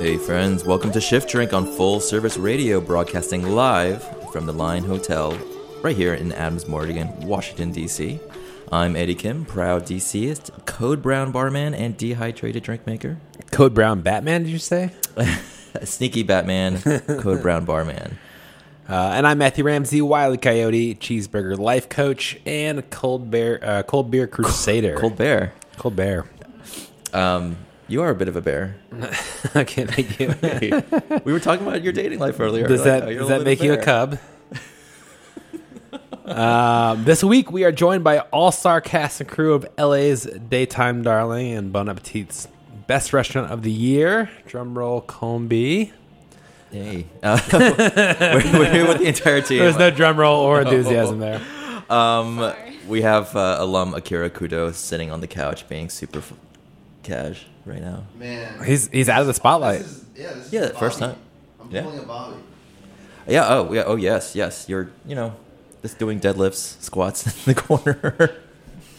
Hey, friends, welcome to Shift Drink on Full Service Radio, broadcasting live from the Line Hotel right here in Adams Morgan, Washington, D.C. I'm Eddie Kim, proud DCist, Code Brown barman, and dehydrated drink maker. Code Brown Batman, did you say? A sneaky Batman, Code Brown barman. Uh, and I'm Matthew Ramsey, Wiley Coyote, Cheeseburger Life Coach, and Cold Bear, uh, Cold Beer Crusader. Cold bear. Cold Bear. Um, you are a bit of a bear. okay, thank you. We were talking about your dating life earlier. Does Like, that oh, you're does little that bit of make you a bear. cub? um, this week we are joined by all star cast and crew of LA's daytime darling and Bon Appetit's best restaurant of the year. Drum roll, Combi. Hey. Uh, we're, we're here with the entire team. There's no drum roll or enthusiasm there. Um, we have uh, alum Akira Kudo sitting on the couch being super f- cash right now. Man. He's he's out of the spotlight. This is, yeah, this is Yeah, a the first Bobby. time. I'm Yeah. pulling a Bobby. Yeah. Oh. Yeah. Oh. Yes. Yes. You're. You know, just doing deadlifts, squats in the corner,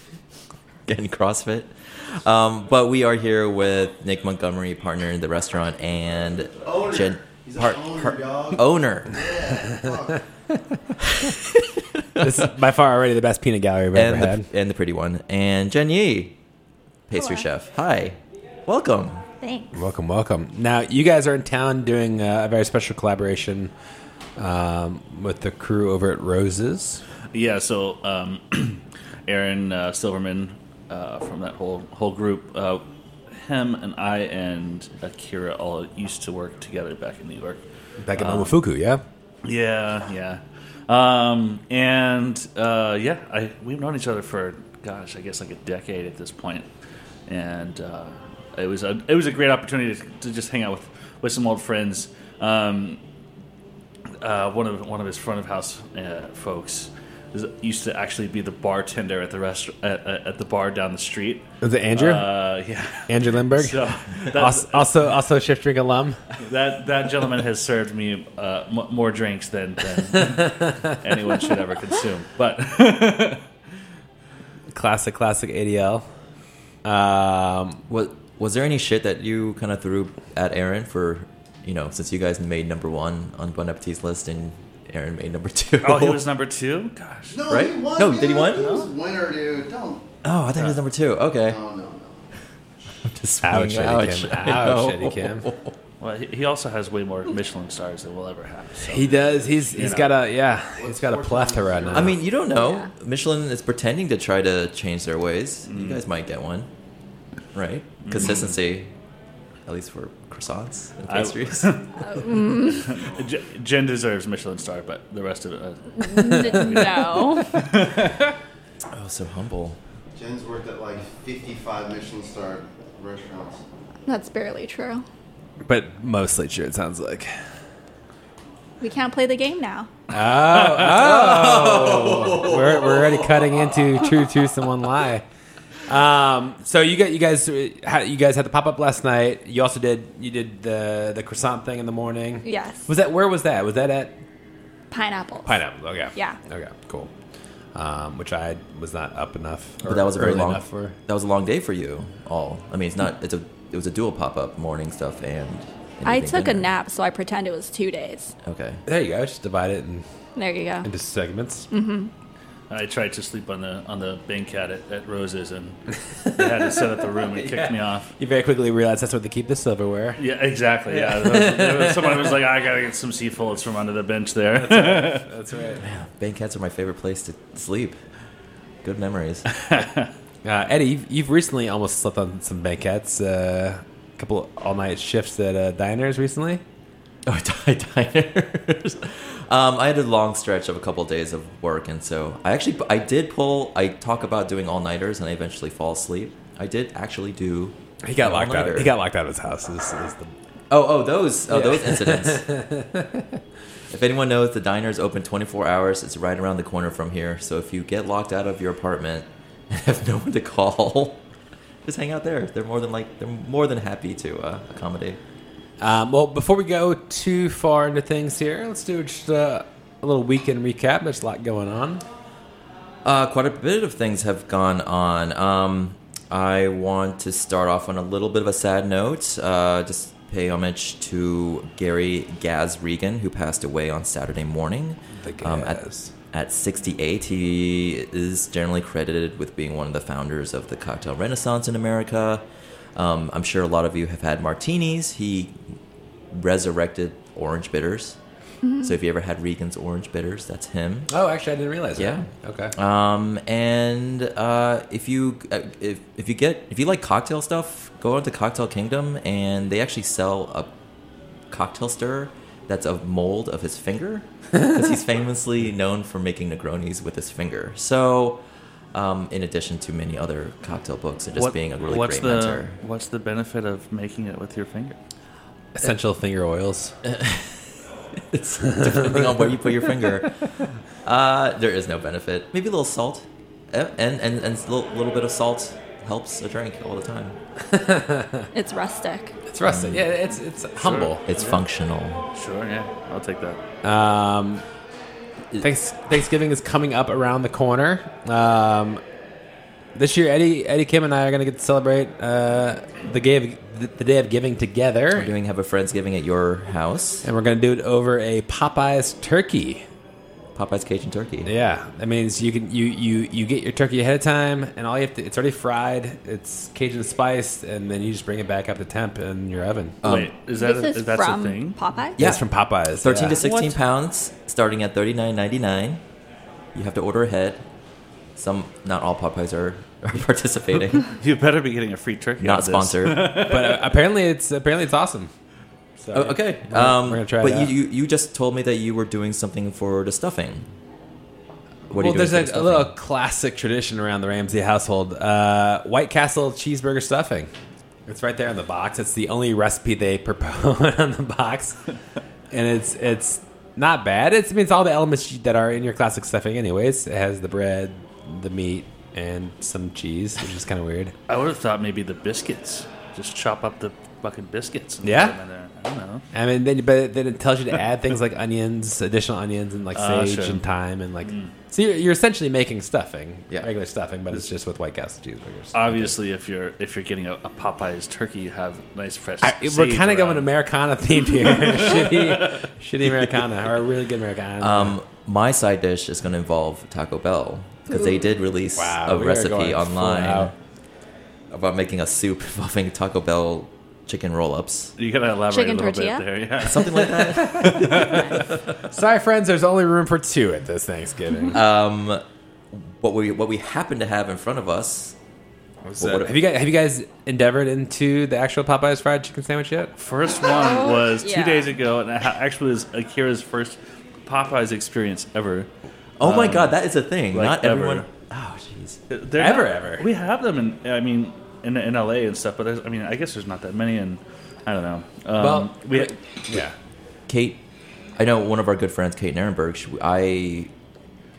getting CrossFit. Um, but we are here with Nick Montgomery, partner in the restaurant, and Owner. Jen- He's a part- owner, part- dog. owner. Yeah, fuck. This is by far already the best peanut gallery I've ever and had. the, and the pretty one, and Jen Yi, pastry Hello. chef. Hi. Welcome. Thanks. Welcome, welcome. Now, you guys are in town doing uh, a very special collaboration um, with the crew over at Roses. Yeah, so um, Aaron uh, Silverman uh, from that whole whole group, uh, him and I and Akira all used to work together back in New York. Back in Momofuku, yeah? Yeah, yeah, um, and uh, yeah, I we've known each other for gosh, I guess like a decade at this point, and uh, it was a it was a great opportunity to, to just hang out with with some old friends. Um, uh, one of one of his front of house uh, folks is, used to actually be the bartender at the rest at, at at the bar down the street. Was it Andrew? Uh, yeah. Andrew Lindbergh? So also, also, also Shift Drink alum. that that gentleman has served me uh, m- more drinks than, than anyone should ever consume. But Classic, classic ADL. Um, Was was there any shit that you kind of threw at Aaron for, you know, since you guys made number one on Bon Appetit's list and Aaron made number two? oh, he was number two. Gosh, No, Right? he won. No, man. did he win? He was winner, dude. Don't. Oh, I thought he was number two. Okay. No, no, no. Just ouch, swinging. Eddie Kim. I Ouch, know. Eddie Kim. well, he, he also has way more Michelin stars than we'll ever have. So. He does. He's he's know. got a yeah. He's got a plethora now. I mean, you don't know. Michelin is pretending to try to change their ways. You guys might get one, right? Consistency, at least for croissants and I- pastries. Oh, J- Jen deserves Michelin star, but the rest of it. Uh, no. oh, so humble. Jen's worked at like 55 Michelin star restaurants. That's barely true. but mostly true. It sounds like. We can't play the game now. we're, we're already cutting into true truth and one lie. Um, so you got you guys had, you guys had the pop up last night. You also did you did the the croissant thing in the morning. Yes. Was that where was that? Was that at Pineapple. Pineapple? Okay. Yeah. Okay. Cool. Um, which I was not up enough. or But that was a very early long. enough for. That was a long day for you all. I mean, it's not. It's a. It was a dual pop up morning stuff and. and I evening took a dinner. nap, so I pretend it was two days. Okay. There you go. Just divide it in, There you go. into segments. Mm-hmm. I tried to sleep on the on the bank at at, at Roses, and they had to set up the room and kicked me off. You very quickly realize that's where they keep the silverware. Yeah, exactly. Yeah, There was- there was someone who was like, "I gotta get some seafolds from under the bench there." That's right. Bank cats are my favorite place to sleep. Good memories. Uh, Eddie, you've, you've recently almost slept on some banquettes. Uh, a couple all night shifts at uh, diners recently. oh, di- diners. um, I had a long stretch of a couple days of work, and so I actually I did pull. I talk about doing all nighters, and I eventually fall asleep. I did actually do. He got an locked out. all-nighter. He got locked out of his house. Is, is the, Oh, oh, those, oh, Yeah. those incidents. if anyone knows, the diner is open 24 hours. It's right around the corner from here. So if you get locked out of your apartment and have no one to call, just hang out there. They're more than like they're more than happy to uh, accommodate. um, well, before we go too far into things here, let's do just uh, a little weekend recap. There's a lot going on. Uh, quite a bit of things have gone on. Um, I want to start off on a little bit of a sad note. Uh, just pay homage to Gary Gaz Regan, who passed away on Saturday morning. um, The at, Gaz. at 68, he is generally credited with being one of the founders of the cocktail renaissance in America. Um, I'm sure a lot of you have had martinis. He resurrected orange bitters. So if you ever had Regan's orange bitters, that's him. Oh, actually, I didn't realize. Yeah. That. Okay. Um, and uh, if you uh, if, if you get if you like cocktail stuff, go out to Cocktail Kingdom, and they actually sell a cocktail stirrer that's a mold of his finger because he's famously known for making Negronis with his finger. So. Um, in addition to many other cocktail books and just What- being a really what's great the, mentor. What's the benefit of making it with your finger? Essential finger oils. It's depending on where you put your finger. Uh, there is no benefit. Maybe a little salt, Eh, and and and a little, little bit of salt helps a drink all the time. uh, It's rustic. It's rustic. Yeah, it's it's humble. It's functional. Sure, yeah, I'll take that. Um, thanks, Thanksgiving is coming up around the corner. Um, this year, Eddie, Eddie Kim, and I are going to get to celebrate uh, the, day of, the, the day of giving together, We're doing have a friendsgiving at your house. and we're going to do it over a Popeyes turkey. Popeye's Cajun Turkey. Yeah, that means you can you you you get your turkey ahead of time, and all you have to it's already fried, it's Cajun spiced, and then you just bring it back up to temp in your oven. Uh, Wait, is that This a, is that's from a thing? Popeye. yeah, it's from Popeyes. Thirteen yeah. to sixteen What? pounds, starting at thirty nine ninety nine. You have to order ahead. Some, not all Popeyes are, are participating. You better be getting a free turkey. not out of this. sponsored. but uh, apparently it's apparently it's awesome. So, Oh, okay, we're gonna- um, we're gonna try. But it out. you, you you just told me that you were doing something for the stuffing. What well, are you doing there's for the like a stuffing? little classic tradition around the Ramsey household: uh, White Castle cheeseburger stuffing. It's right there on the box. It's the only recipe they propose on the box, and it's it's not bad. It's I mean, it's all the elements you- that are in your classic stuffing, anyways. It has the bread, the meat, and some cheese, which is kind of weird. I would have thought maybe the biscuits. Just chop up the fucking biscuits. And Yeah? put them in there. I don't know. I mean, then but then it tells you to add things like onions, additional onions, and like Oh, Ah, sage sure. and thyme, and like so you're, you're essentially making stuffing, Yeah. regular stuffing, but it's just with White Castle cheeseburgers. Obviously, if you're if you're getting a, a Popeyes turkey, you have nice fresh. I, we're sage kind of going around. Americana themed here. shitty, shitty Americana or a really good Americana. Um, my side dish is going to involve Taco Bell because they did release Wow, a we are going recipe full online out. about making a soup involving Taco Bell chicken roll-ups, You gotta elaborate Chicken a little tortilla? bit there. Yeah. something like that. Sorry, friends. There's only room for two at this Thanksgiving. Um, what we what we happen to have in front of us. So, what- have you guys have you guys endeavored into the actual Popeyes fried chicken sandwich yet? First one was two Oh, yeah. days ago, and it ha- actually was Akira's first Popeyes experience ever. Oh um, my God, that is a thing. like Not ever. everyone. Oh jeez. They're Ever, not- ever. We have them in. I mean, in, in LA and stuff, but there's. I mean, I guess there's not that many, and I don't know. Um, Well, we. Yeah. Kate, I know one of our good friends, Kate Nirenberg. She, I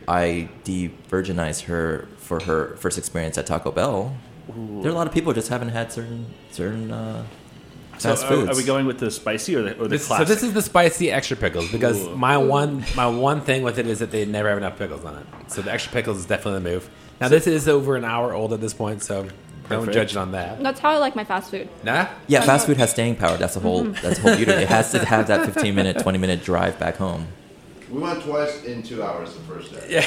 I de-virginized her for her first experience at Taco Bell. There are a lot of people who just haven't had certain certain uh, So fast are, foods. are we going with the spicy or the or the This- so classic? this is the spicy extra pickles because Ooh. my one my one thing with it is that they never have enough pickles on it. So the extra pickles is definitely the move. Now this is over an hour old at this point, so don't Perfect. judge it on that. That's how I like my fast food. Nah. Yeah, fast food has staying power. That's the whole. That's the whole beauty. It has to have that fifteen minute, twenty minute drive back home. We went twice in two hours the first day.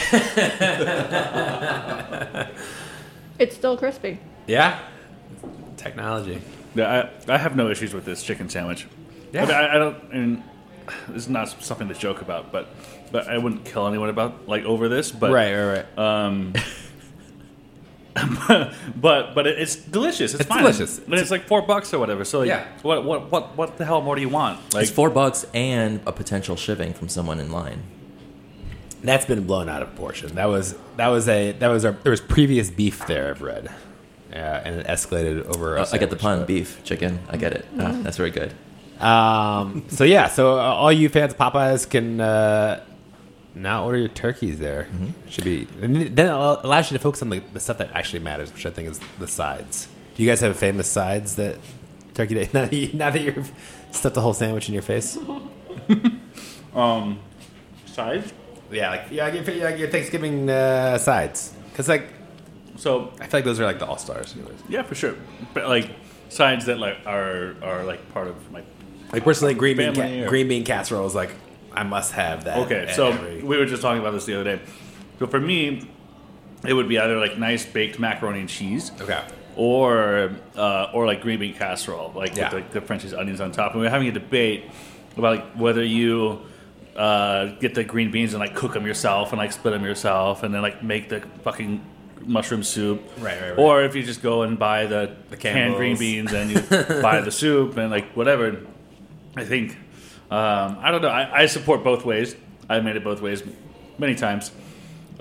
It's still crispy. Yeah. Technology. Yeah, I, I have no issues with this chicken sandwich. Yeah. I, mean, I, I don't. I mean, this is not something to joke about, but but I wouldn't kill anyone about like over this. But right, right, right. but but it, it's delicious. It's, It's fine. delicious. And it's like four bucks or whatever. So like, Yeah. what what what what the hell more do you want? Like It's four bucks and a potential shiving from someone in line. That's been blown out of proportion. That was that was a that was our there was previous beef there. I've read. Yeah, and it escalated over. a Uh, I get the sandwich, pun. but- Beef, chicken. I get it. That's very good. Um, so yeah, so uh, all you fans of Popeyes can uh, now order your turkeys there. Should be and then it allows you to focus on the, the stuff that actually matters, which I think is the sides. Do you guys have famous sides that turkey day? Now that, you, now that you've stuffed the whole sandwich in your face. Size? Yeah, like yeah, your, your, your Thanksgiving uh, sides, because like So I feel like those are like the all stars. yeah, for sure. But like sides that like are are like part of my Like personally, green bean, Family ca- or- green bean casserole is like I must have that. Okay, at so every- we were just talking about this the other day. So for me, it would be either like nice baked macaroni and cheese, okay, or uh, or like green bean casserole, like Yeah. with like the French's onions on top. And we were having a debate about like whether you uh, get the green beans and like cook them yourself and like split them yourself, and then like make the fucking mushroom soup, Right, right, right. Or if you just go and buy the, The canned green Campbell's. beans and you buy the soup and like whatever. I think um, I don't know. I, I support both ways. I've made it both ways many times.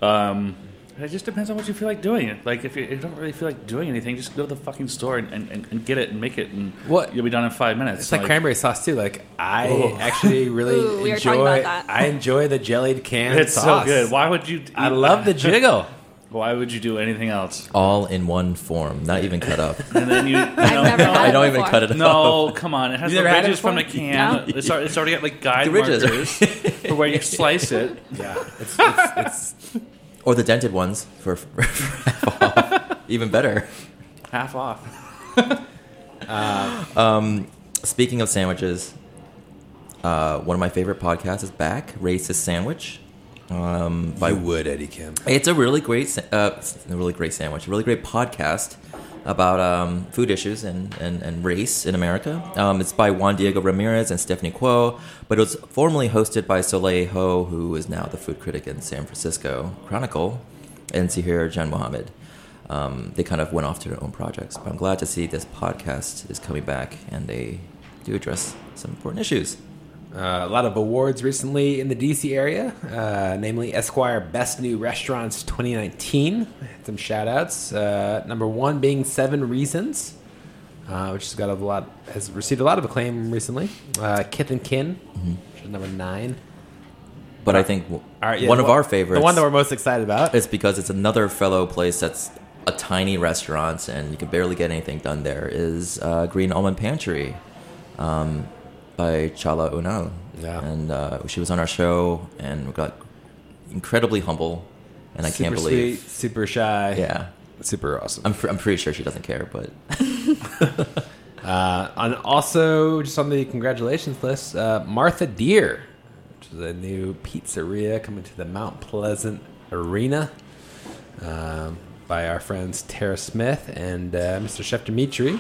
Um, and it just depends on what you feel like doing. Like if you, if you don't really feel like doing anything, just go to the fucking store and, and, and, and get it and make it, and What? you'll be done in five minutes. It's like, cranberry sauce too. Like I actually really Ooh, we were enjoy. talking about that. I enjoy the jellied can. It's so sauce. good. Why would you? I love the jiggle. Why would you do anything else? All in one form, not even cut up. And then you. no, never no, had I don't it even before. cut it up. No, come on! It has You the never had it ridges from the before? can. No. It's, al- it's already got like guide The ridges. markers for where you slice it. Yeah, it's, it's, it's Or the dented ones for, for, for half off. even better. Half off. Speaking of sandwiches, uh, one of my favorite podcasts is back, Racist Sandwich. Um, by would Eddie Kim. It's a really great, sa- uh, s- a really great sandwich, a really great podcast about um, food issues and, and, and race in America. Um, it's by Juan Diego Ramirez and Stephanie Kuo, but it was formerly hosted by Soleil Ho, who is now the food critic in San Francisco Chronicle, and Sihir Jan Mohammed. Um, they kind of went off to their own projects, but I'm glad to see this podcast is coming back and they do address some important issues. Uh, a lot of awards recently in the DC area, uh, namely Esquire Best New Restaurants 2019. Some shout outs. Uh, number one being Seven Reasons, uh, which has got a lot has received a lot of acclaim recently. Uh, Kith and Kin, Mm-hmm. which is number nine. But I think w- All right, yeah, one the of our favorites. The one that we're most excited about. It's because it's another fellow place that's a tiny restaurant and you can barely get anything done there is uh, Green Almond Pantry um, by Chala Unal. Yeah. And uh, she was on our show and we got incredibly humble and I super can't believe. sweet, super shy. Yeah. super awesome. I'm, fr- I'm pretty sure she doesn't care, but Uh, and also, just on the congratulations list, uh, Martha Deer, which is a new pizzeria coming to the Mount Pleasant Arena um, by our friends Tara Smith and uh, Mr. Chef Dimitri,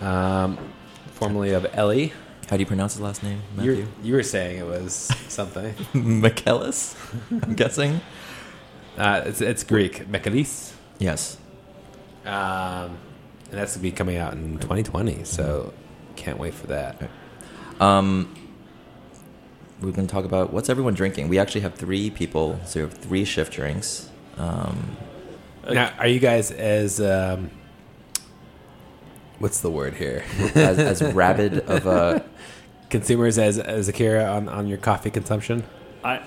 um, formerly of Ellie. how do you pronounce his last name? You're, Matthew? you were saying it was something. McKellis, I'm guessing. Uh, it's, it's Greek, Mekalis. Yes. Um, and that's going to be coming out in 2020, so can't wait for that. we're going to talk about what's everyone drinking. We actually have three people, so we have three shift drinks. Um, Now, are you guys as um, what's the word here? as, as rabid of a Consumers as as Akira on, on your coffee consumption? I,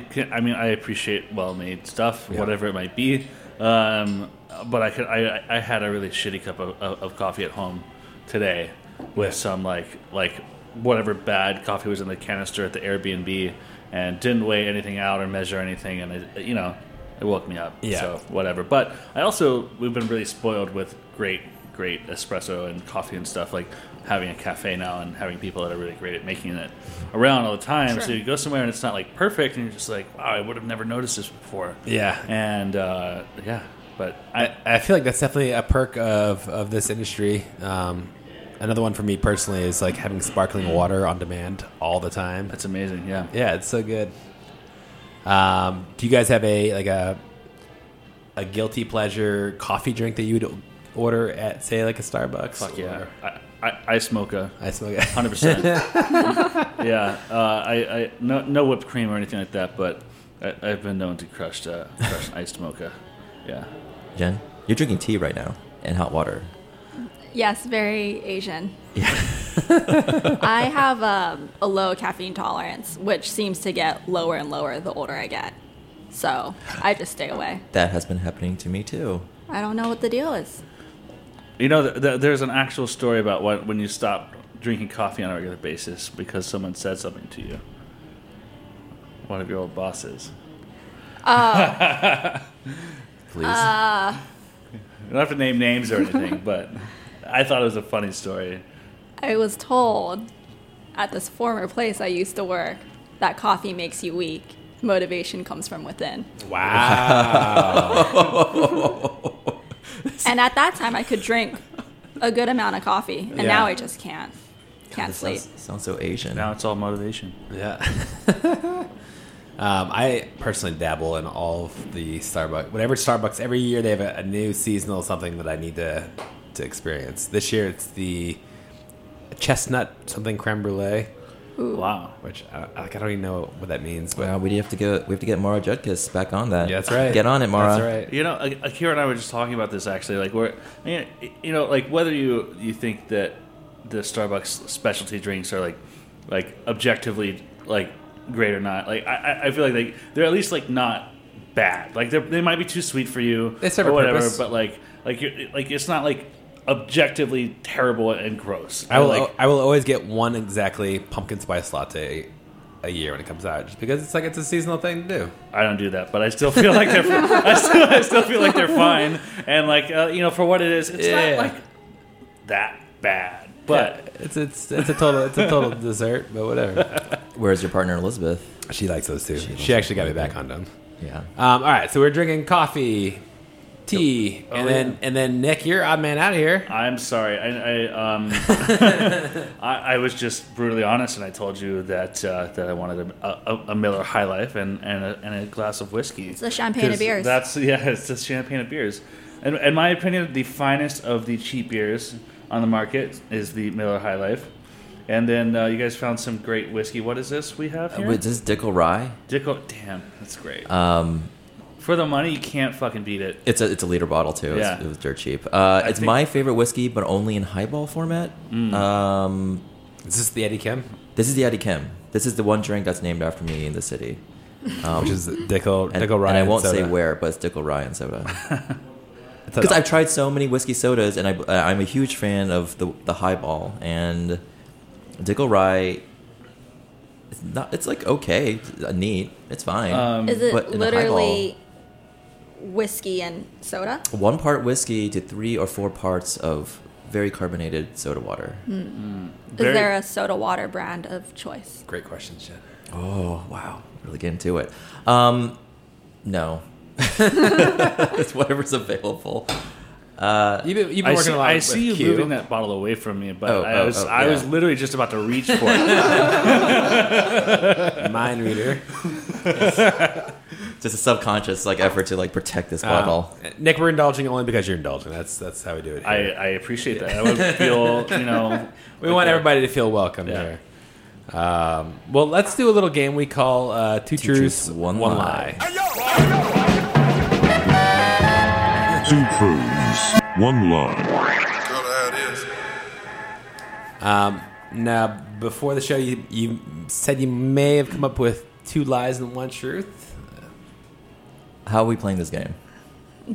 I, can, I mean, I appreciate well-made stuff, Yeah. whatever it might be. Um, but I could, I, I I had a really shitty cup of, of, of coffee at home today with some like, like whatever bad coffee was in the canister at the Airbnb, and didn't weigh anything out or measure anything, and it, you know, it woke me up. Yeah. So whatever. But I also we've been really spoiled with great, great espresso and coffee and stuff. Like having a cafe now and having people that are really great at making it around all the time. So you go somewhere and it's not like perfect, and you're just like, wow, I would have never noticed this before. Yeah. And uh, yeah, but I, I I feel like that's definitely a perk of of this industry. Um, another one for me personally is like having sparkling water on demand all the time. that's amazing. Yeah. Yeah, it's so good. Um, do you guys have a like a a guilty pleasure coffee drink that you would order at say like a Starbucks? Fuck or- yeah. I, I, I smoke a I smoke. it. hundred percent. Yeah, uh, I, I no no whipped cream or anything like that, but I, I've been known to crush uh, crushed iced mocha. Yeah, Jen. You're drinking tea right now, and hot water. Yes, very Asian. I have um, a low caffeine tolerance, which seems to get lower and lower the older I get. So I just stay away. That has been happening to me too. I don't know what the deal is. You know, th- th- there's an actual story about what, when you stop drinking coffee on a regular basis because someone said something to you. One of your old bosses. Please. Uh, You don't have to name names or anything, but I thought it was a funny story. I was told at this former place I used to work that coffee makes you weak. Motivation comes from within. Wow. And at that time, I could drink a good amount of coffee, and Yeah. now I just can't. Can't This sleep. sounds, sounds so Asian. Now it's all motivation. yeah. um, I personally dabble in all of the Starbucks. Whatever Starbucks, every year they have a, a new seasonal something that I need to to experience. This year it's the chestnut something creme brulee, Wow. which I, I don't even know what that means. But Well, we do have to go. We have to get Mara Judkis back on that. yeah, that's right. Get on it, Mara. That's right. You know, A- Akira and I were just talking about this actually. Like, we're, I mean, you know, like whether you you think that the Starbucks specialty drinks are like, like objectively like great or not. Like, I- I, I feel like they they're at least like not bad. Like, they're- they might be too sweet for you They serve or a whatever. purpose. But like, like you're, like it's not like objectively terrible and gross. I will. Like, I will always get one exactly pumpkin spice latte a year when it comes out, just because it's like it's a seasonal thing to do. I don't do that, but I still feel like they're. I, still, I still feel like they're fine, and like uh, you know, for what it is, it's Yeah. not like that bad. But It's it's it's a total it's a total dessert, but whatever. Where's your partner, Elizabeth? She likes those too. She, loves actually got me them. back on them. Yeah. Um, all right, so we're drinking coffee, tea, Oh, and then and then Nick, you're odd man out of here. I'm sorry. I I, um, I I was just brutally honest, and I told you that uh, that I wanted a, a, a Miller High Life and and a, and a glass of whiskey. It's the champagne of 'Cause beers. That's yeah. It's the champagne of beers. And in my opinion, the finest of the cheap beers on the market is the Miller High Life. And then uh, you guys found some great whiskey. What is this we have Uh, here? wait, this is Dickel Rye. Dickel. Damn, that's great. Um, For the money, you can't fucking beat it. it's a it's a liter bottle too. It's- Yeah. It was dirt cheap. Uh, I it's think- my favorite whiskey, but only in highball format. Um, Is this the Eddie Kim, this is the Eddie Kim. This is the one drink that's named after me in the city. Um, which is Dickel and, Dickel Rye? and I won't say soda. where, but it's Dickel Rye and soda. It's a- Because I've tried so many whiskey sodas, and I, uh, I'm a huge fan of the the highball and Dickel Rye. It's not. It's like okay, uh, neat. It's fine. Um, Is it But in a literally whiskey and soda? One part whiskey to three or four parts of very carbonated soda water. Very- Is there a soda water brand of choice? Great question, Jen. Oh wow, really get into it. Um, no, it's whatever's available. You've been, you've been I working a see, lot. I with see you Q. moving that bottle away from me, but Oh, I oh, was oh, I was yeah. literally just about to reach for it. mind reader. Just a subconscious like effort to like protect this Ah. Um, bottle. Nick, we're indulging only because you're indulging. That's that's how we do it. Here. I, I appreciate that. I would feel you know We want everybody to feel welcome Yeah. here. Um, well, let's do a little game we call uh, Two, Truths, One, Lie. Two truths, one lie. Now, before the show, you, you said you may have come up with two lies and one truth. How are we playing this game?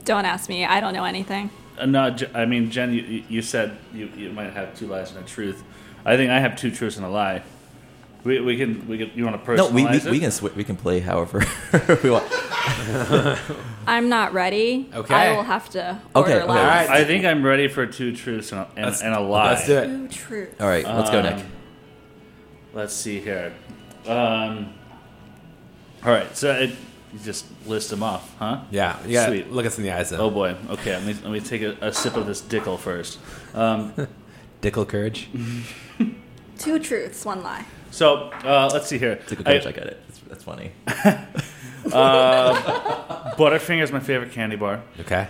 Don't ask me. I don't know anything. Uh, No, J- I mean, Jen, you- you, you said you, you might have two lies and a truth. I think I have two truths and a lie. We, we can we can you want to personalize No, we, we, it? we can sw- we can play however we want. I'm not ready. Okay. I will have to Okay, order okay. last. All right. I think I'm ready for two truths and a, and, and a lie. Let's do it. Two truths. All right, let's go, Um, Nick. Let's see here. Um, all right, so I, you just list them off, huh? Yeah, you gotta Sweet. look us in the eyes. Though. Oh boy. Okay, let me, let me take a, a sip of this Dickel first. Um, Dickle courage. Two truths, one lie. so uh, let's see here. It's a good I- coach. I get it. That's, that's funny. Butterfinger is my favorite candy bar. Okay.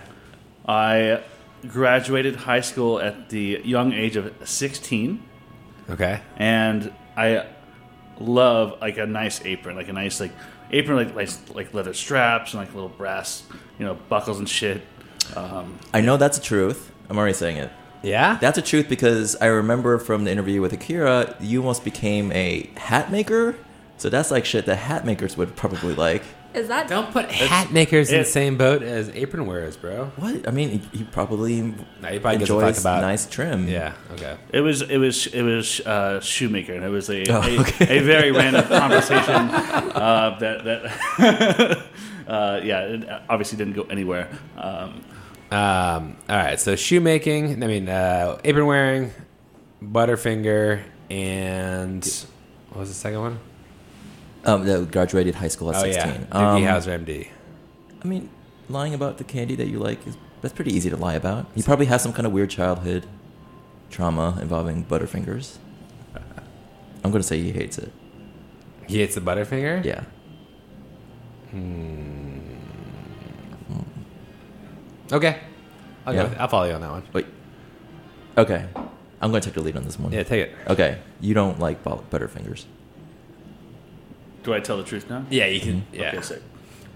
I graduated high school at the young age of 16, Okay. and I love like a nice apron, like a nice like apron like like, like leather straps and like little brass you know buckles and shit. Um, I know that's a truth. I'm already saying it. Yeah? That's the truth because I remember from the interview with Akira, you almost became a hat maker. So that's like shit that hat makers would probably like. Is that Don't put hat makers in the it- same boat as apron wearers, bro. What? I mean, he, he probably, No, he probably gives a fuck enjoys about- nice trim. Yeah, okay. It was it was it was uh, shoemaker, and it was a Oh, a, okay. a very random conversation uh, that that uh, yeah, it obviously didn't go anywhere. Um, Um, all right, so shoemaking, I mean, uh, apron wearing, Butterfinger, and what was the second one? Um, that graduated high school at Oh, 16. yeah. Doogie Um, Howser, MD. I mean, lying about the candy that you like is that's pretty easy to lie about. You probably have some kind of weird childhood trauma involving Butterfingers. I'm gonna say he hates it. He hates the Butterfinger? Yeah. Okay. I'll, Yeah. go with, I'll follow you on that one. Wait. Okay. I'm gonna take the lead on this one. Yeah, take it. Okay. You don't like bu- Butterfingers. do I tell the truth now? Yeah, you can. Yeah. Okay, sick.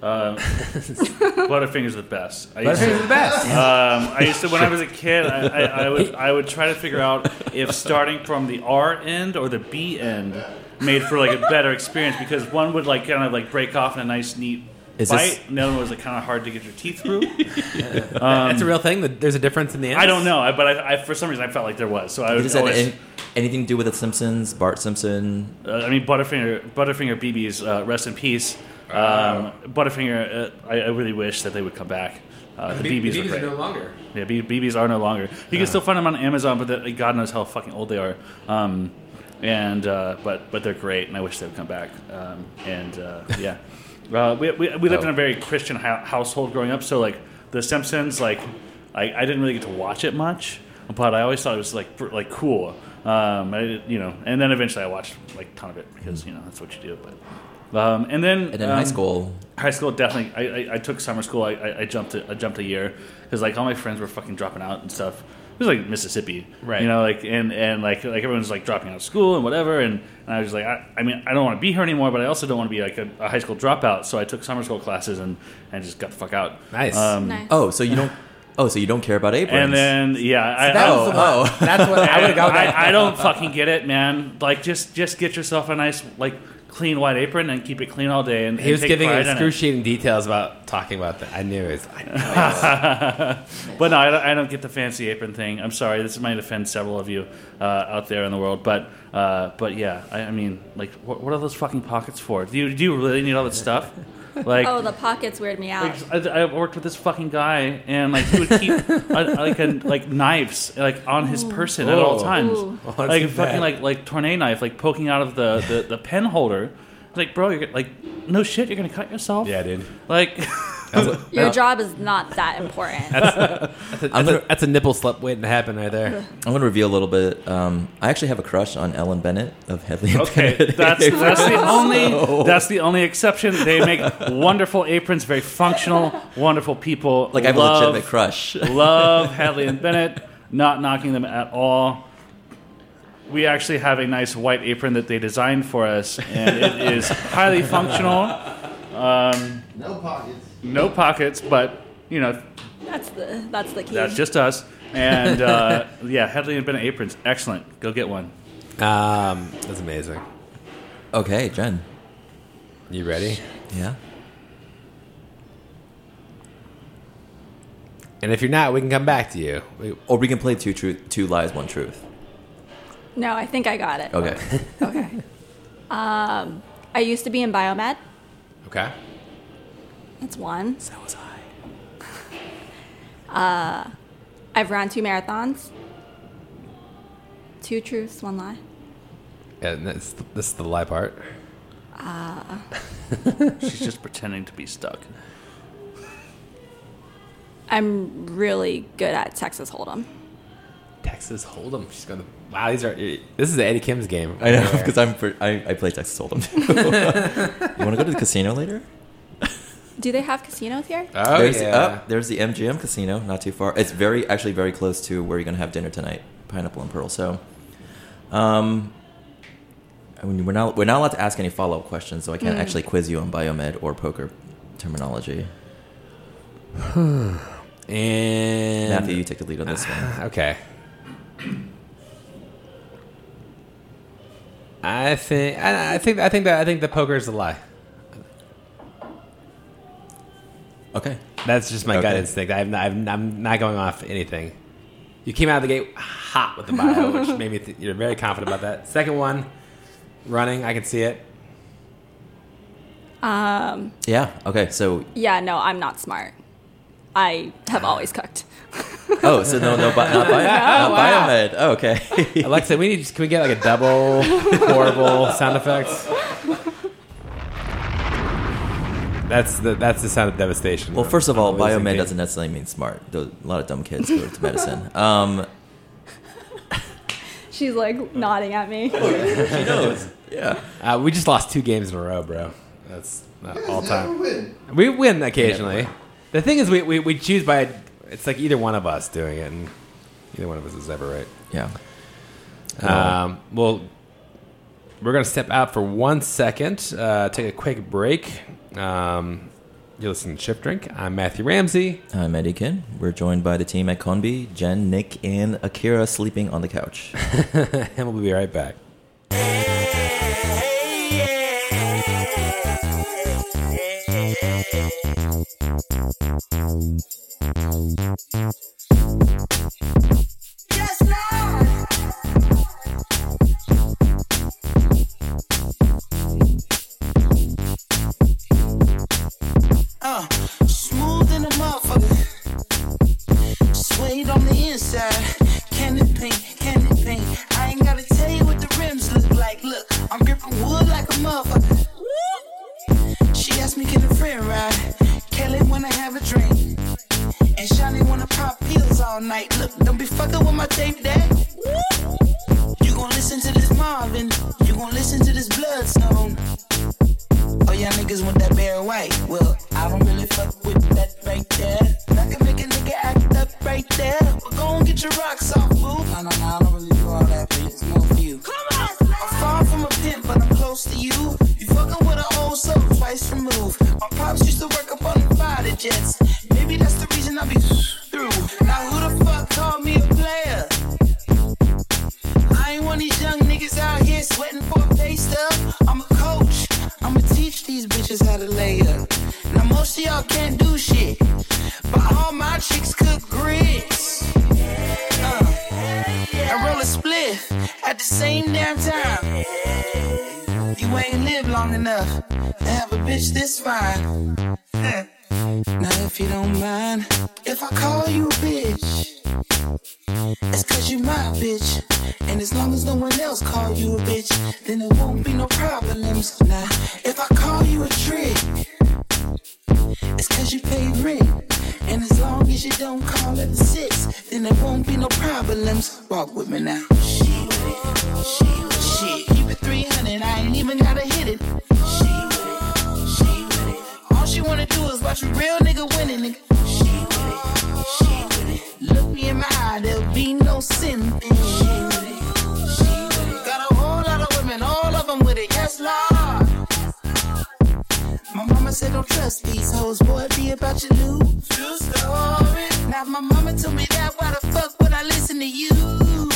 Um, Butterfinger's the best. I used to, Butterfinger's the best. um, I used to when I was a kid, I, I, I would I would try to figure out if starting from the R end or the B end made for like a better experience because one would like kind of like break off in a nice neat Is bite, this- and the other one was like kind of hard to get your teeth through. That's a real thing. that There's a difference in the end. I don't know, I- but I, I for some reason I felt like there was. So I It would Does that always. any, anything to do with the Simpsons? Bart Simpson. Uh, I mean, Butterfinger, Butterfinger BB's uh, rest in peace. Um, Butterfinger, uh, I, I really wish that they would come back. Uh, the BBs, were great. longer. yeah, B- BBs are no longer. You can still find them on Amazon, but the, God knows how fucking old they are. Um, and uh, but but they're great, and I wish they would come back. Um, and uh, yeah, uh, we, we, we lived in a very Christian hou- household growing up, so like The Simpsons, like I, I didn't really get to watch it much, but I always thought it was like pr- like cool. Um, I, did- you know, and then eventually I watched like a ton of it because you know that's what you do. But um, and then And in um, high school, High school, definitely. I, I, I took summer school. I, I, I jumped. A, I jumped a year because like all my friends were fucking dropping out and stuff. It was like Mississippi, Right. You know, like and and like like everyone's like dropping out of school and whatever. And, and I was like, I, I mean, I don't want to be here anymore, but I also don't want to be like a, a high school dropout. So I took summer school classes and and just got the fuck out. Um, Nice. nice? oh, so you don't, oh, so you don't care about aprons. And then yeah, I, that I, was the one. oh, oh. That's what I would have gone with. I, I don't fucking get it, man. Like just just get yourself a nice like clean white apron and keep it clean all day. And He was and take giving pride in it. excruciating details about talking about that. I knew it. Was, I knew it. But no, I don't, I don't get the fancy apron thing. I'm sorry. This might offend several of you uh, out there in the world, but uh, but yeah, I, I mean, like, what, what are those fucking pockets for? Do you do you really need all that stuff? Like, Oh, the pockets weird me out. like, I, I worked with this fucking guy, and like he would keep uh, like a, like knives like on his person at all Oh. times, Ooh. Oh, that's like a bad. fucking like like tornado knife like poking out of the the, the pen holder. Like, bro, you're gonna- like, no shit, you're gonna cut yourself. Yeah, dude. Like, Your job is not that important. That's a, that's a nipple slip waiting to happen right there. I'm gonna reveal a little bit. Um, I actually have a crush on Ellen Bennett of Headley. and Okay, Bennett. that's that's the only that's the only exception. They make wonderful aprons, very functional, wonderful people. like I have a love, legitimate crush. love Hadley and Bennett. Not knocking them at all. We actually have a nice white apron that they designed for us, and it is highly functional. Um, No pockets. No pockets, but you know That's the that's the key. that's just us. And uh, yeah, Hadley and Bennett aprons, excellent. Go get one. Um, that's amazing. Okay, Jen. You ready? Yeah. And if you're not, we can come back to you. We- Or we can play two truth, two lies, one truth. no, I think I got it. Okay. Okay. um, I used to be in biomed. Okay. That's one. so was I. Uh, I've run two marathons. Two truths, one lie. Yeah, and this, this is the lie part. She's just pretending to be stuck. I'm really good at Texas Hold'em. Texas Hold'em. She's going to. Wow, these are. This is Eddie Kim's game. I know because I'm for, I, I play Texas Hold'em. you want to go to the casino later? Do they have casinos here? Oh, there's, yeah. oh, there's the MGM casino, not too far. It's very actually very close to where you're gonna have dinner tonight, Pineapple and Pearl. So, um, I mean, we're not we're not allowed to ask any follow up questions, so I Hmm. can't actually quiz you on biomed or poker terminology. And Matthew, you take the lead on this one. Okay. I think I, I think I think that I think the poker is a lie. Okay. That's just my gut Okay. instinct. I've not, I've, I'm not going off anything. You came out of the gate hot with the bio, which made me th- you're very confident about that. Second one, running. I can see it. Yeah. Okay. So, Yeah, no, I'm not smart. I have always cooked. oh, so no, no, bi- not, bio, not biomed. Oh, okay. Alexa, we need. Can we get like a double horrible sound effects? That's the that's the sound of devastation. well, first of all, I'm losing biomed game. doesn't necessarily mean smart. Though A lot of dumb kids go to medicine. Um, She's like nodding at me. yeah. Uh, we just lost two games in a row, bro. That's not all Never time. win. We win occasionally. The thing is, we, we, we choose by. It's like either one of us doing it, and either one of us is ever right. Yeah. Um, well, we're going to step out for one second, uh, take a quick break. Um, you're listening to Chip Drink. I'm Matthew Ramsey. I'm Eddie Kin. We're joined by the team at Conby, Jen, Nick, and Akira sleeping on the couch. and we'll be right back. Uh, smooth in the motherfucker. Suede on the inside. Candy paint, candy paint. I ain't gotta tell you what the rims look like. Look, I'm gripping wood like a motherfucker. She asked me, can a friend ride? Kelly wanna have a drink. And Shawnee wanna pop pills all night. Look, don't be fucking with my tape, dad. You gon' listen to this Marvin. You gon' listen to this Bloodstone. Oh, y'all niggas want that bear white. Well, I don't really fuck with that right there. I can make a nigga act up right there. But go and get your rocks off, boo. No, no, no, I don't really do all that, but it's no view. Come on, I'm far from a pimp, but I'm close to you. You fucking with an old soul twice removed. My pops used to work up on the fighter jets. Maybe that's the reason I be through. Now, who the fuck called me a player? I ain't one of these young niggas out here sweating for a pay stub. I'm a coach. I'ma teach these bitches how to lay up. Now most of y'all can't do shit, but all my chicks cook grits. Uh, and roll a split at the same damn time. You ain't lived long enough to have a bitch this fine. Huh. Now if you don't mind, if I call you bitch. It's cause you my bitch. And as long as no one else call you a bitch, then there won't be no problems. Now, if I call you a trick, it's cause you pay rent. And as long as you don't call at six, then there won't be no problems. Walk with me now. She with it. She with it. Shit, keep it 300. I ain't even gotta hit it. She with it. She with it. All she wanna do is watch a real nigga winning, nigga. She with it. She with it. Look me in my eye, there'll be no sin. She with it. She with it. Got a whole lot of women, all of them with it. Yes, Lord. My mama said don't trust these hoes, boy, be about your lose. True story. Now if my mama told me that, why the fuck would I listen to you?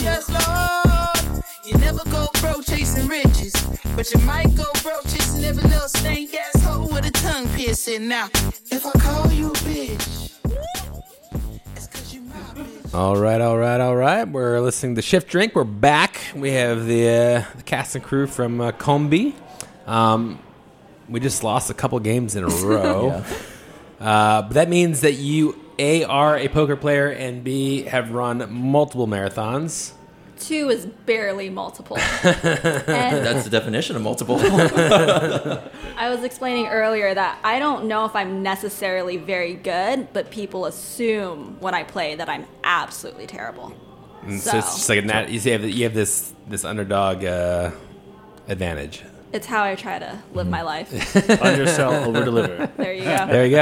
Yes, Lord. You never go broke chasing riches, but you might go broke chasing every little stank asshole with a tongue piercing. Now, if I call you a bitch, it's cause you my bitch. All right, all right, all right. We're listening to Shift Drink. We're back. We have the, uh, the cast and crew from uh, Combi. Um, we just lost a couple games in a row. uh, but that means that you A, are a poker player, and B, have run multiple marathons. Two is barely multiple. and That's the definition of multiple. I was explaining earlier that I don't know if I'm necessarily very good, but people assume when I play that I'm absolutely terrible. And so, So- it's just like a nat- you have, you have this, this underdog uh, advantage. It's how I try to live my life. Undersell, over deliver. There you go. There you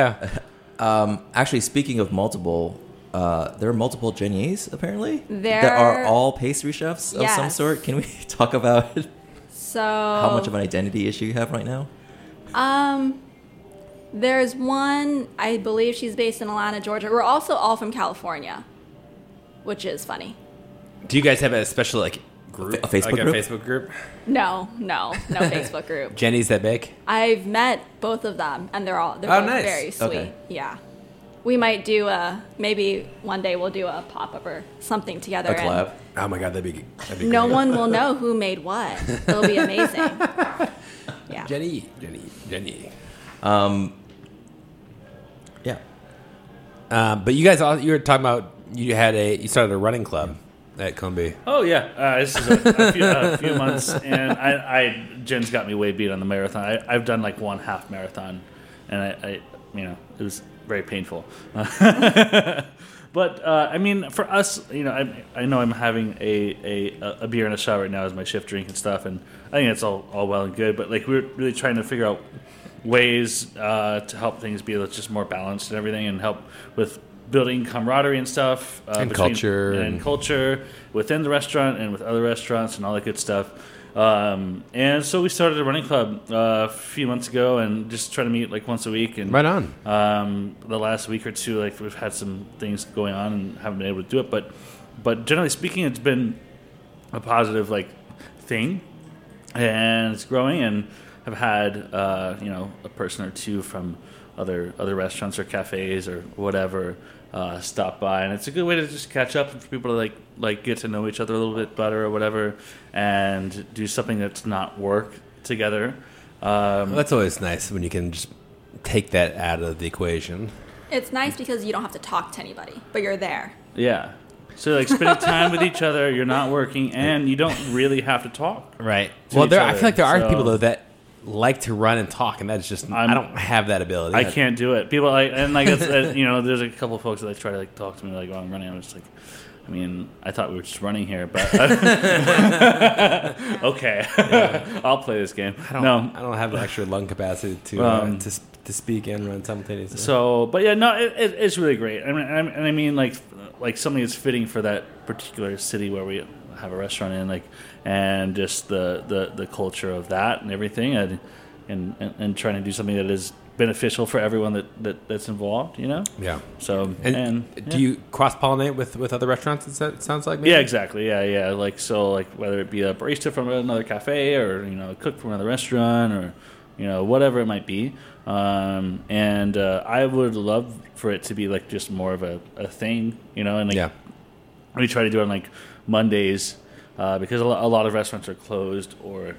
go. Actually, speaking of multiple, uh, there are multiple Jeniers apparently that There- are all pastry chefs of some Yes. Oh. sort. Can we talk about So how much of an identity issue you have right now? um There's one, I believe she's based in Atlanta, Georgia. We're also all from California, which is funny. Do you guys have a special like group? A Facebook like group? A Facebook group? No, no, no Facebook group. Jenny's that big. I've met both of them, and they're all they're Oh, both nice. very sweet. Okay. Yeah, we might do a maybe one day we'll do a pop up or something together. A and collab. Oh my god, that'd be, that'd be No great. one will know who made what. It'll be amazing. Yeah. Jenny, Jenny, Um, Jenny. Yeah. Um, but you guys, all, you were talking about you had a you started a running club at Combi. Oh yeah, uh, this is a, a, few, a few months, and I, I Jen's got me way beat on the marathon. I, I've done like one half marathon, and I, I you know, it was very painful. but uh, I mean, for us, you know, I, I know I'm having a, a a beer and a shot right now as my shift drink and stuff, and I think that's all all well and good. But like, we're really trying to figure out ways uh, to help things be just more balanced and everything, and help with building camaraderie and stuff uh, And culture and, and- culture within the restaurant and with other restaurants and all that good stuff. Um, and so we started a running club uh, a few months ago and just try to meet like once a week. And Right on. um, the last week or two, like we've had some things going on and haven't been able to do it, but but generally speaking, it's been a positive like thing, and it's growing. And I've had uh, you know a person or two from other other restaurants or cafes or whatever uh, stop by, and it's a good way to just catch up and for people to like like get to know each other a little bit better or whatever, and do something that's not work together. Um, That's always nice when you can just take that out of the equation. It's nice because you don't have to talk to anybody, but you're there. Yeah. So like spending time with each other, you're not working, and you don't really have to talk. Right. to Well, each there I other, feel like there are so- people though that like to run and talk, and that's just I'm, I I'm- do not have that ability. I can't do it. People like and like it's, uh, you know, there's a couple of folks that like try to like talk to me like while I'm running. I'm just like, I mean, I thought we were just running here, but okay, I'll play this game. I don't, no, I don't have the extra lung capacity to uh, Um, to sp- to speak and run simultaneously. So, but yeah, no, it, it, it's really great. I mean, I, and I mean, like, like something that's fitting for that particular city where we have a restaurant in, like, and just the the, the culture of that and everything, and, and and and trying to do something that is beneficial for everyone that, that that's involved. You know. yeah. So And, and, do yeah. you cross pollinate with with other restaurants? It sa- sounds like maybe? Yeah, exactly. Yeah, yeah. Like so, like whether it be a barista from another cafe or you know a cook from another restaurant or you know whatever it might be. Um, and uh, I would love for it to be like just more of a, a thing, you know, and like Yeah. we try to do it on like Mondays uh, because a, lo- a lot of restaurants are closed or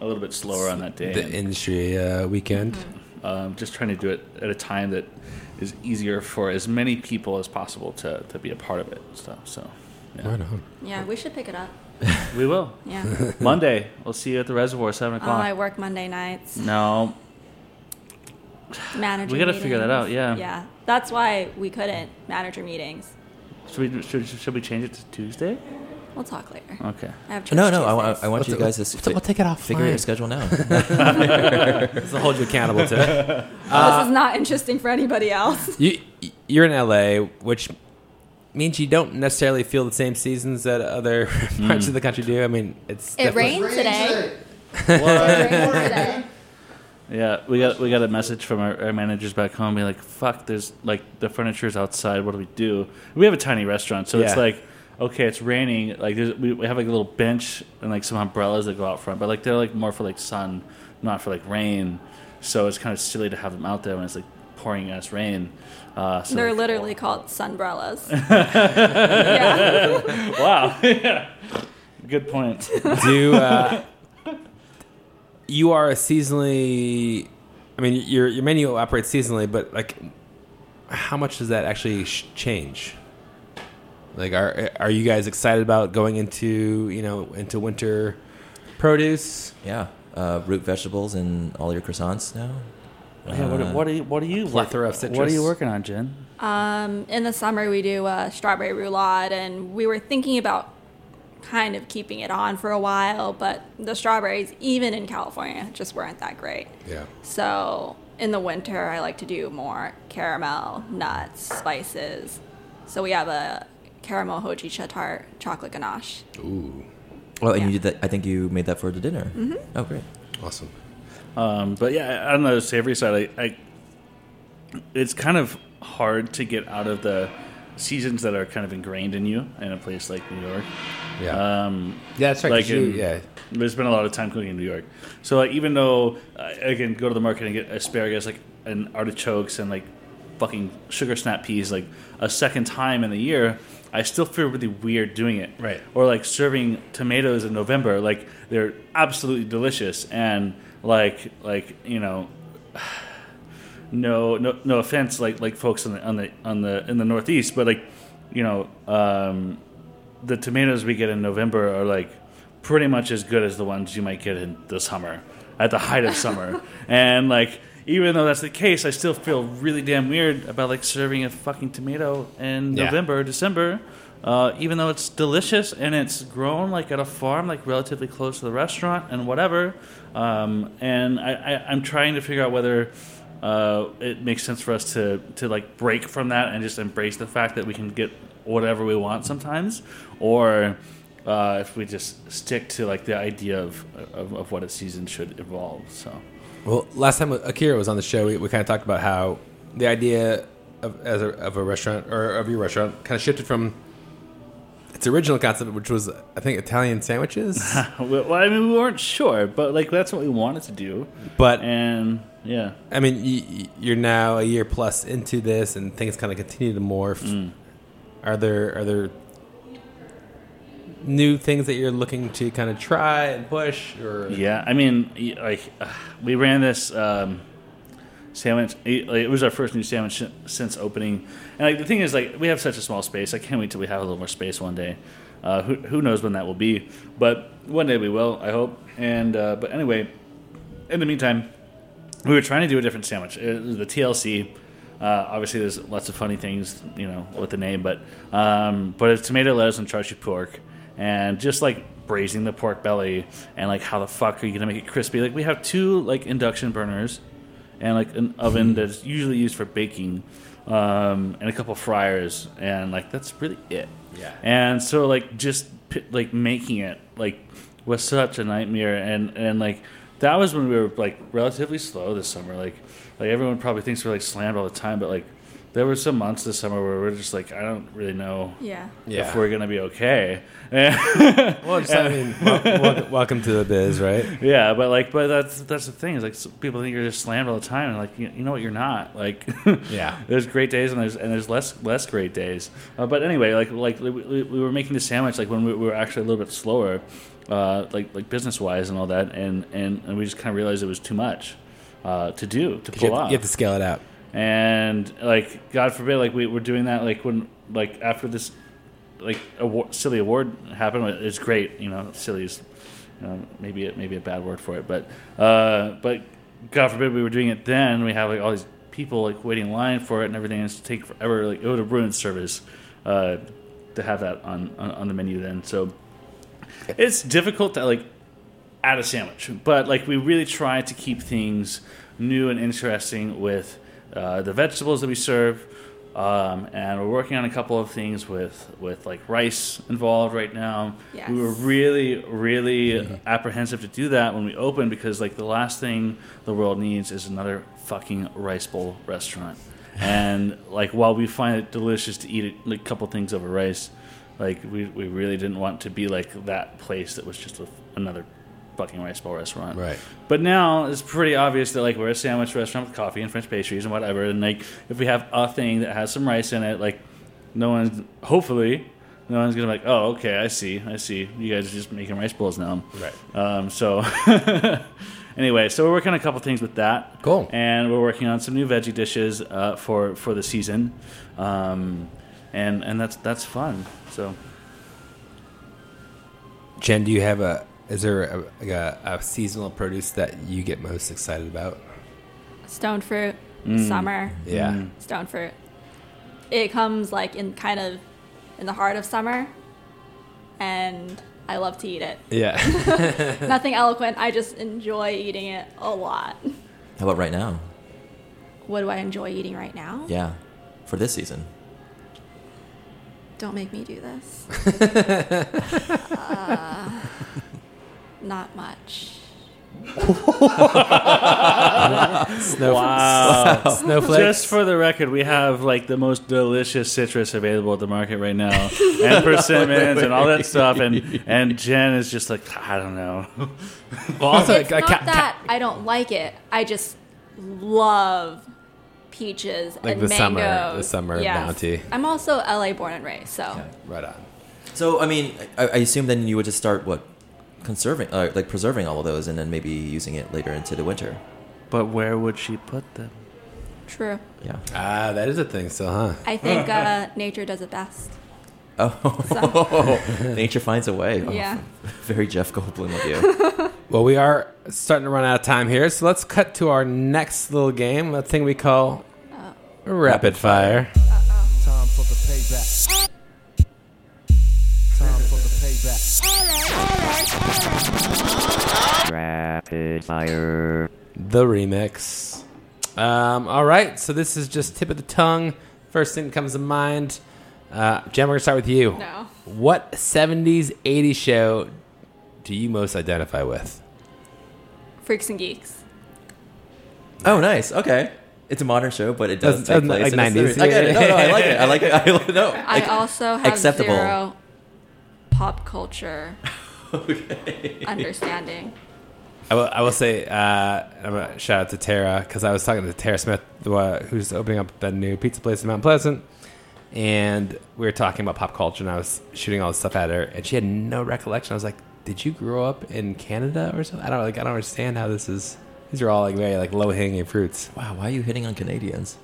a little bit slower on that day. The And, industry uh, weekend. um, just trying to do it at a time that is easier for as many people as possible to, to be a part of it and stuff. So yeah. Right on. Yeah, we should pick it up. we will. Yeah. Hmm. Monday. We'll see you at the reservoir, seven oh, I o'clock. work Monday nights. no, Manager. We gotta figure that out, meetings. yeah. Yeah, that's why we couldn't manager meetings. should we should, should we change it to Tuesday? We'll talk later. Okay. I have church Oh, No, no. I, wa- Tuesdays. I want Let's- you guys to let's- we'll take it offline. Figure your schedule now. I'll hold you accountable to it. this is not interesting for anybody else. You you're in LA, which means you don't necessarily feel the same seasons that other parts of the country do. I mean, it's It definitely- rained today. It rained today. Yeah, we got we got a message from our, our managers back home. Be like, fuck. There's like the furniture's outside. What do we do? We have a tiny restaurant, so it's Yeah. like. Okay, it's raining. Like there's, we, we have like a little bench and like some umbrellas that go out front, but like they're like more for like sun, not for like rain. So it's kind of silly to have them out there when it's like pouring ass rain. Uh, so They're like, literally called sunbrellas. yeah. wow, Yeah. good point. Do uh, you are a seasonally? I mean, your your menu operates seasonally, but like, how much does that actually sh- change? Like, are are you guys excited about going into you know into winter produce? yeah. Uh, root vegetables and all your croissants now. Yeah, what, what are you? What are you? Plethora of What are citrus. you working on, Jen? Um, in the summer, we do uh, strawberry roulade, and we were thinking about kind of keeping it on for a while, but the strawberries, even in California, just weren't that great. Yeah. So in the winter, I like to do more caramel, nuts, spices. So we have a caramel hojicha tart chocolate ganache. Ooh, Oh, and you did that. I think you made that for the dinner. Mm-hmm. Oh, great. awesome. Um, but yeah, on the savory side, I, I it's kind of hard to get out of the seasons that are kind of ingrained in you in a place like New York. Yeah. Um, yeah, that's right. 'cause like you- in- yeah. there's been a lot of time cooking in New York. So like even though I, I can go to the market and get asparagus like and artichokes and like fucking sugar snap peas like a second time in the year, I still feel really weird doing it. Right. Or like serving tomatoes in November, like they're absolutely delicious and like like you know no no no offense like like folks on the on the on the in the northeast but like you know um the tomatoes we get in november are like pretty much as good as the ones you might get in the summer at the height of summer and like even though that's the case i still feel really damn weird about like serving a fucking tomato in Yeah. november or december uh, even though it's delicious and it's grown like at a farm like relatively close to the restaurant and whatever um, and I, I, i'm trying to figure out whether uh, it makes sense for us to to like break from that and just embrace the fact that we can get whatever we want sometimes, or uh, if we just stick to like the idea of, of of what a season should evolve. So Well, last time Akira was on the show, we, we kind of talked about how the idea of as a, of a restaurant or of your restaurant kind of shifted from its original concept, which was I think Italian sandwiches. well, I mean, we weren't sure, but like that's what we wanted to do, but and yeah, I mean, you, you're now a year plus into this, and things kind of continue to morph. Mm. Are there are there new things that you're looking to kind of try and push? Or Yeah, I mean, y- like uh, we ran this um, sandwich. It like, it was our first new sandwich si- since opening, and like the thing is, like we have such a small space. I can't wait till we have a little more space one day. Uh, who who knows when that will be? But one day we will, I hope. And uh, but anyway, in the meantime, we were trying to do a different sandwich. It was the TLC. Uh, obviously, there's lots of funny things, you know, with the name, but um, but it's tomato, lettuce, and charcuterie pork, and just like braising the pork belly, and like how the fuck are you gonna make it crispy? Like we have two like induction burners, and like an oven that's usually used for baking, um, and a couple fryers, and like that's really it. Yeah. And so like just pi- like making it like was such a nightmare, and and like that was when we were like relatively slow this summer. Like like everyone probably thinks we're like slammed all the time, but like there were some months this summer where we're just like I don't really know Yeah. yeah, if we're gonna be okay. And- well, just, uh, I mean, wel- wel- welcome to the biz, right? Yeah, but like, but that's that's the thing is like so people think you're just slammed all the time, and like you, you know what, you're not. Like, Yeah. there's great days and there's and there's less less great days. Uh, but anyway, like like we, we we were making the sandwich like when we, we were actually a little bit slower, uh, like like business wise and all that, and and and we just kind of realized it was too much. Uh, to do to pull You have, off to, you have to scale it out. and like god forbid like we were doing that like when like after this like award, silly award happened it's great you know silly is you know, maybe it maybe a bad word for it but uh but god forbid we were doing it then we have like all these people like waiting in line for it and everything it's take forever like it would have ruined service uh to have that on on, on the menu then so it's difficult to like add a sandwich, but like we really try to keep things new and interesting with uh, the vegetables that we serve. Um, and we're working on a couple of things with, with like rice involved right now. Yes. We were really, really apprehensive to do that when we opened because like the last thing the world needs is another fucking rice bowl restaurant. And like while we find it delicious to eat a like, couple things over rice, like we, we really didn't want to be like that place that was just a, another fucking rice bowl restaurant. Right. But now it's pretty obvious that like we're a sandwich restaurant with coffee and French pastries and whatever, and like if we have a thing that has some rice in it, like no one's hopefully no one's gonna be like, oh okay, I see, I see, you guys are just making rice bowls now. Right. Um, so anyway, so we're working on a couple things with that. Cool. And we're working on some new veggie dishes uh, for for the season, um, and and that's that's fun. So Jen, do you have a? Is there a, like a, a seasonal produce that you get most excited about? Stone fruit, summer, Yeah. stone fruit. It comes like in kind of in the heart of summer, and I love to eat it. Yeah. Nothing eloquent. I just enjoy eating it a lot. How about right now? What do I enjoy eating right now? Yeah, for this season. Don't make me do this. uh, not much. Snow- Wow. Snowflakes. Just for the record, we have like the most delicious citrus available at the market right now, and persimmons and all that stuff. And and Jen is just like, I don't know. well, also, it's like, not ca- ca- that I don't like it. I just love peaches Like and the mangoes. summer- the summer bounty. I'm also LA born and raised, so right on. So I mean, I, I assume then you would just start what conserving, uh, like preserving all of those, and then maybe using it later into the winter. But where would she put them? true. Yeah. Ah, that is a thing still, huh? I think uh, nature does it best. Ah. Oh, nature finds a way. Oh, Yeah. Very Jeff Goldblum of you. Well, we are starting to run out of time here, so let's cut to our next little game, that thing we call rapid fire. Time for the payback. Time for the payback. Rapid fire. the remix. Um, all right, so this is just tip of the tongue. First thing that comes to mind. Uh, Jen, we're gonna start with you. No. What '70s '80s show do you most identify with? Freaks and geeks. oh, nice. Okay. It's a modern show, but it does take Doesn't- place doesn't- like in the 90s. 70s. I get it. No, no, I like it. I like it. I like, no. I like, also have acceptable. zero pop culture understanding. I will, I will say, uh, I'm gonna shout out to Tara because I was talking to Tara Smith, who, uh, who's opening up that new pizza place in Mount Pleasant, and we were talking about pop culture, and I was shooting all this stuff at her, and she had no recollection. I was like, "Did you grow up in Canada or something?" I don't like, I don't understand how this is. These are all like very like low hanging fruits. Wow, why are you hitting on Canadians?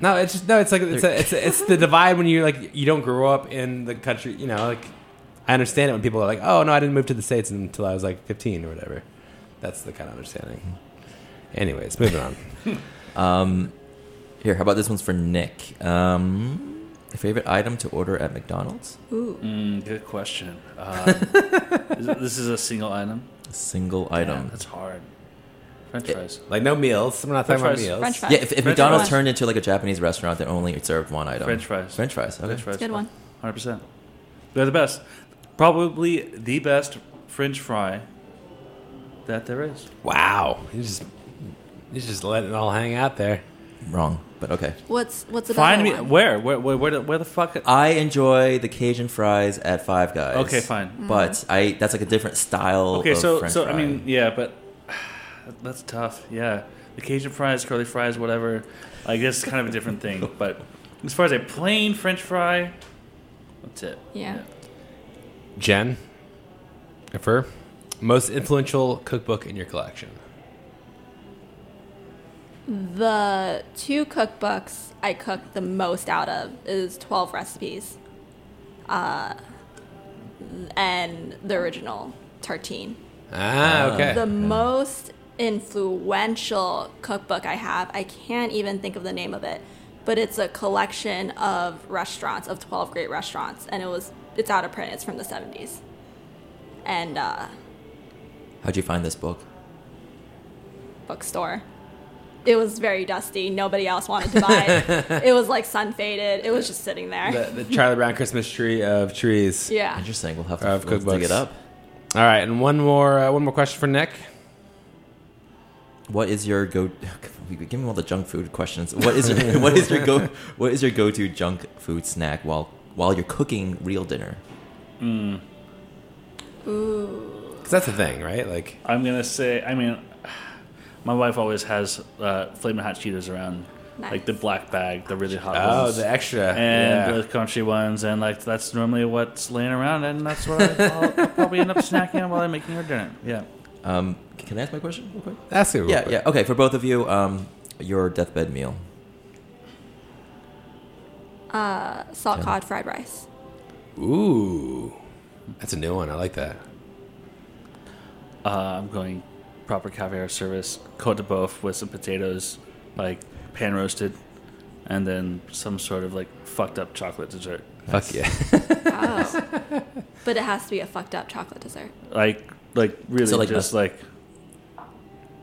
No, it's just no. It's like it's a, it's a, it's the divide when you like you don't grow up in the country. You know, like I understand it when people are like, "Oh no, I didn't move to the states until I was like 15 or whatever." That's the kind of understanding. Anyways, moving on. Here, how about this one's for Nick? Um, favorite item to order at McDonald's? Mm, good question. Uh, is it- this is a single item. A single Damn, item. that's hard. French fries. Like no meals. We're not talking about French fries. meals. French fries. Yeah, if, if French McDonald's fries. turned into like a Japanese restaurant that only served one item. French fries. French fries. Okay. French fries. Good one. Hundred percent. They're the best. Probably the best French fry that there is. Wow, you just you just letting it all hang out there. Wrong, but okay. What's what's the Find better me one? where? Where? Where? Where the, where the fuck? I enjoy the Cajun fries at Five Guys. Okay, fine. But I that's like a different style. Okay, uh, of so French so fry. I mean, yeah, but that's tough. Yeah, the Cajun fries, curly fries, whatever. I guess kind of a different thing. But as far as a plain French fry, that's it. Yeah. Jen, if her most influential cookbook in your collection. The two cookbooks I cook the most out of is 12 recipes uh, and the original Tartine. Ah, okay. The most influential cookbook I have, I can't even think of the name of it, but it's a collection of restaurants, of 12 great restaurants, and it was it's out of print. It's from the 70s. And uh, how'd you find this book? bookstore. It was very dusty. Nobody else wanted to buy it. it was like sun faded. It was just sitting there. the, the Charlie Brown Christmas tree of trees. yeah. Interesting. We'll have I to, have we'll have to cookbooks. dig it up. All right, and one more uh, one more question for Nick. What is your go? Give me all the junk food questions. What is your, what is your go? What is your go-to junk food snack while while you're cooking real dinner? Because that's the thing, right? Like, I'm gonna say. I mean, my wife always has uh, flaming hot Cheetos around, like the Nice. black bag, the really hot oh, ones. the extra. and yeah. the country ones, and like that's normally what's laying around, and that's what I, I'll, I'll probably end up snacking on while I'm making her dinner. Yeah, Um, can I ask my question real quick? that's it. real Yeah, quick. yeah. Okay, for both of you, um, your deathbed meal. Salt cod fried rice. Ooh, that's a new one. I like that. uh, I'm going proper caviar service, Cote de boeuf with some potatoes, like pan roasted, and then some sort of like fucked up chocolate dessert, Fuck yeah. Oh. but it has to be a fucked up chocolate dessert. like like really So, like, just a- like. Mm-hmm.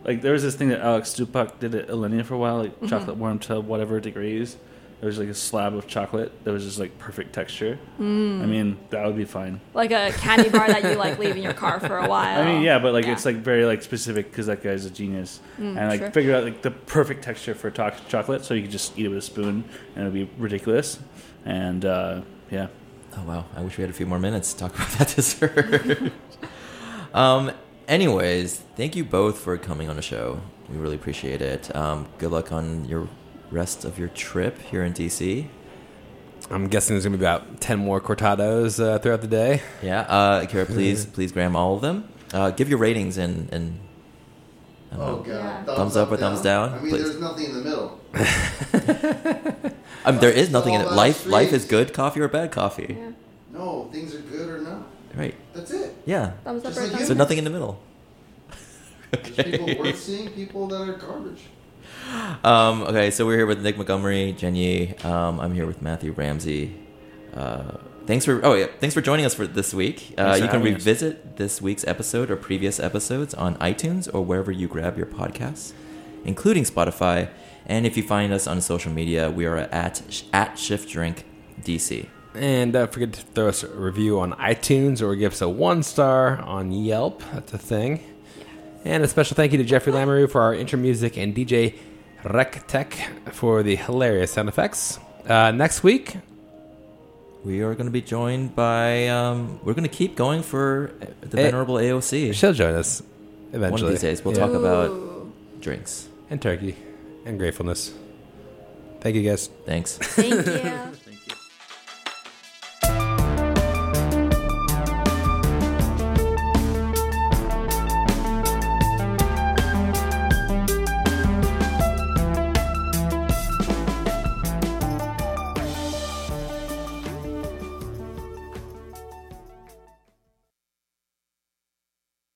Like there was this thing that Alex Stupak did at Alinea for a while, like chocolate warm to whatever degrees, It was like a slab of chocolate that was just like perfect texture. Mm. I mean, that would be fine. Like a candy bar that you like leave in your car for a while. I mean, yeah, but like it's like very like specific because that guy's a genius, and like sure. figure out like the perfect texture for to- chocolate, so you could just eat it with a spoon, and it'd be ridiculous. And uh, yeah, Oh wow! I wish we had a few more minutes to talk about that dessert. um. Anyways, thank you both for coming on the show. We really appreciate it. Um, good luck on your rest of your trip here in DC. I'm guessing there's gonna be about ten more cortados uh, throughout the day. Yeah. Uh, Kara, please, please, Graham, all of them. Uh, give your ratings and and Oh god. Yeah. Thumbs up or thumbs down, I mean, please. there's nothing in the middle. um, there is nothing in it. All Life, about life is streets. good coffee or bad coffee. Yeah. No, things are good or not. Right. That's it. Yeah. Thumbs up Just or like thumbs you. So nothing in the middle. There's people worth seeing, people that are garbage. Um, okay, so we're here with Nick Montgomery, Jen Yee. Um, I'm here with Matthew Ramsey. Uh, thanks for oh yeah, thanks for joining us for this week. Uh, Thanks for you can having us. revisit this week's episode or previous episodes on iTunes or wherever you grab your podcasts, including Spotify. And if you find us on social media, we are at at Shift Drink DC. And don't forget to throw us a review on iTunes or give us a one star on Yelp. That's a thing. And a special thank you to Jeffrey Lamoureux for our intro music and DJ Rec Tech for the hilarious sound effects. Uh, next week, We are going to be joined by um, we're going to keep going for the Eh, venerable AOC. she'll join us One eventually. of these days, we'll Yeah. talk about drinks. and turkey and gratefulness. Thank you guys. Thanks. Thank you.